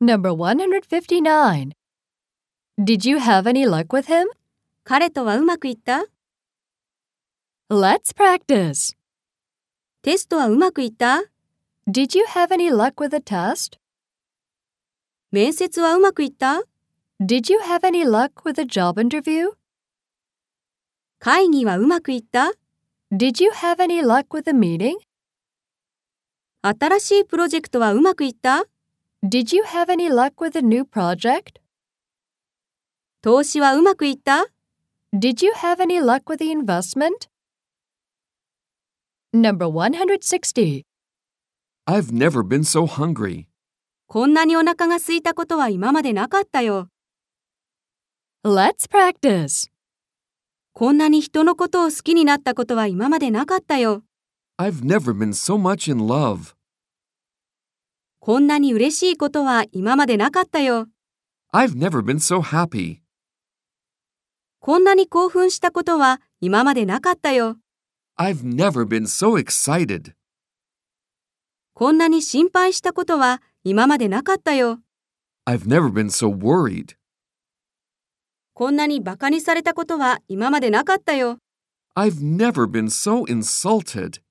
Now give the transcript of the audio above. Number 159. Did you have any luck with him? 彼とはうまくいった Let's practice. テストはうまくいった Did you have any luck with the test? 面接はうまくいった Did you have any luck with the job interview? 会議はうまくいった Did you have any luck with the meeting? 新しいプロジェクトはうまくいった Did you have any luck with the new project? 投資はうまくいった Did you have any luck with the investment? Number 160. I've never been so hungry. こんなにお腹が空いたことは今までなかったよ。 Let's practice. こんなに人のことを好きになったことは今までなかったよ。 I've never been so much in love. こんなに嬉しいことは今までなかったよ。 I've never been so happy. こんなに興奮したことは今までなかったよ。 I've never been so excited. こんなに心配したことは今までなかったよ。 I've never been so worried. こんなにバカにされたことは今までなかったよ。 I've never been so insulted.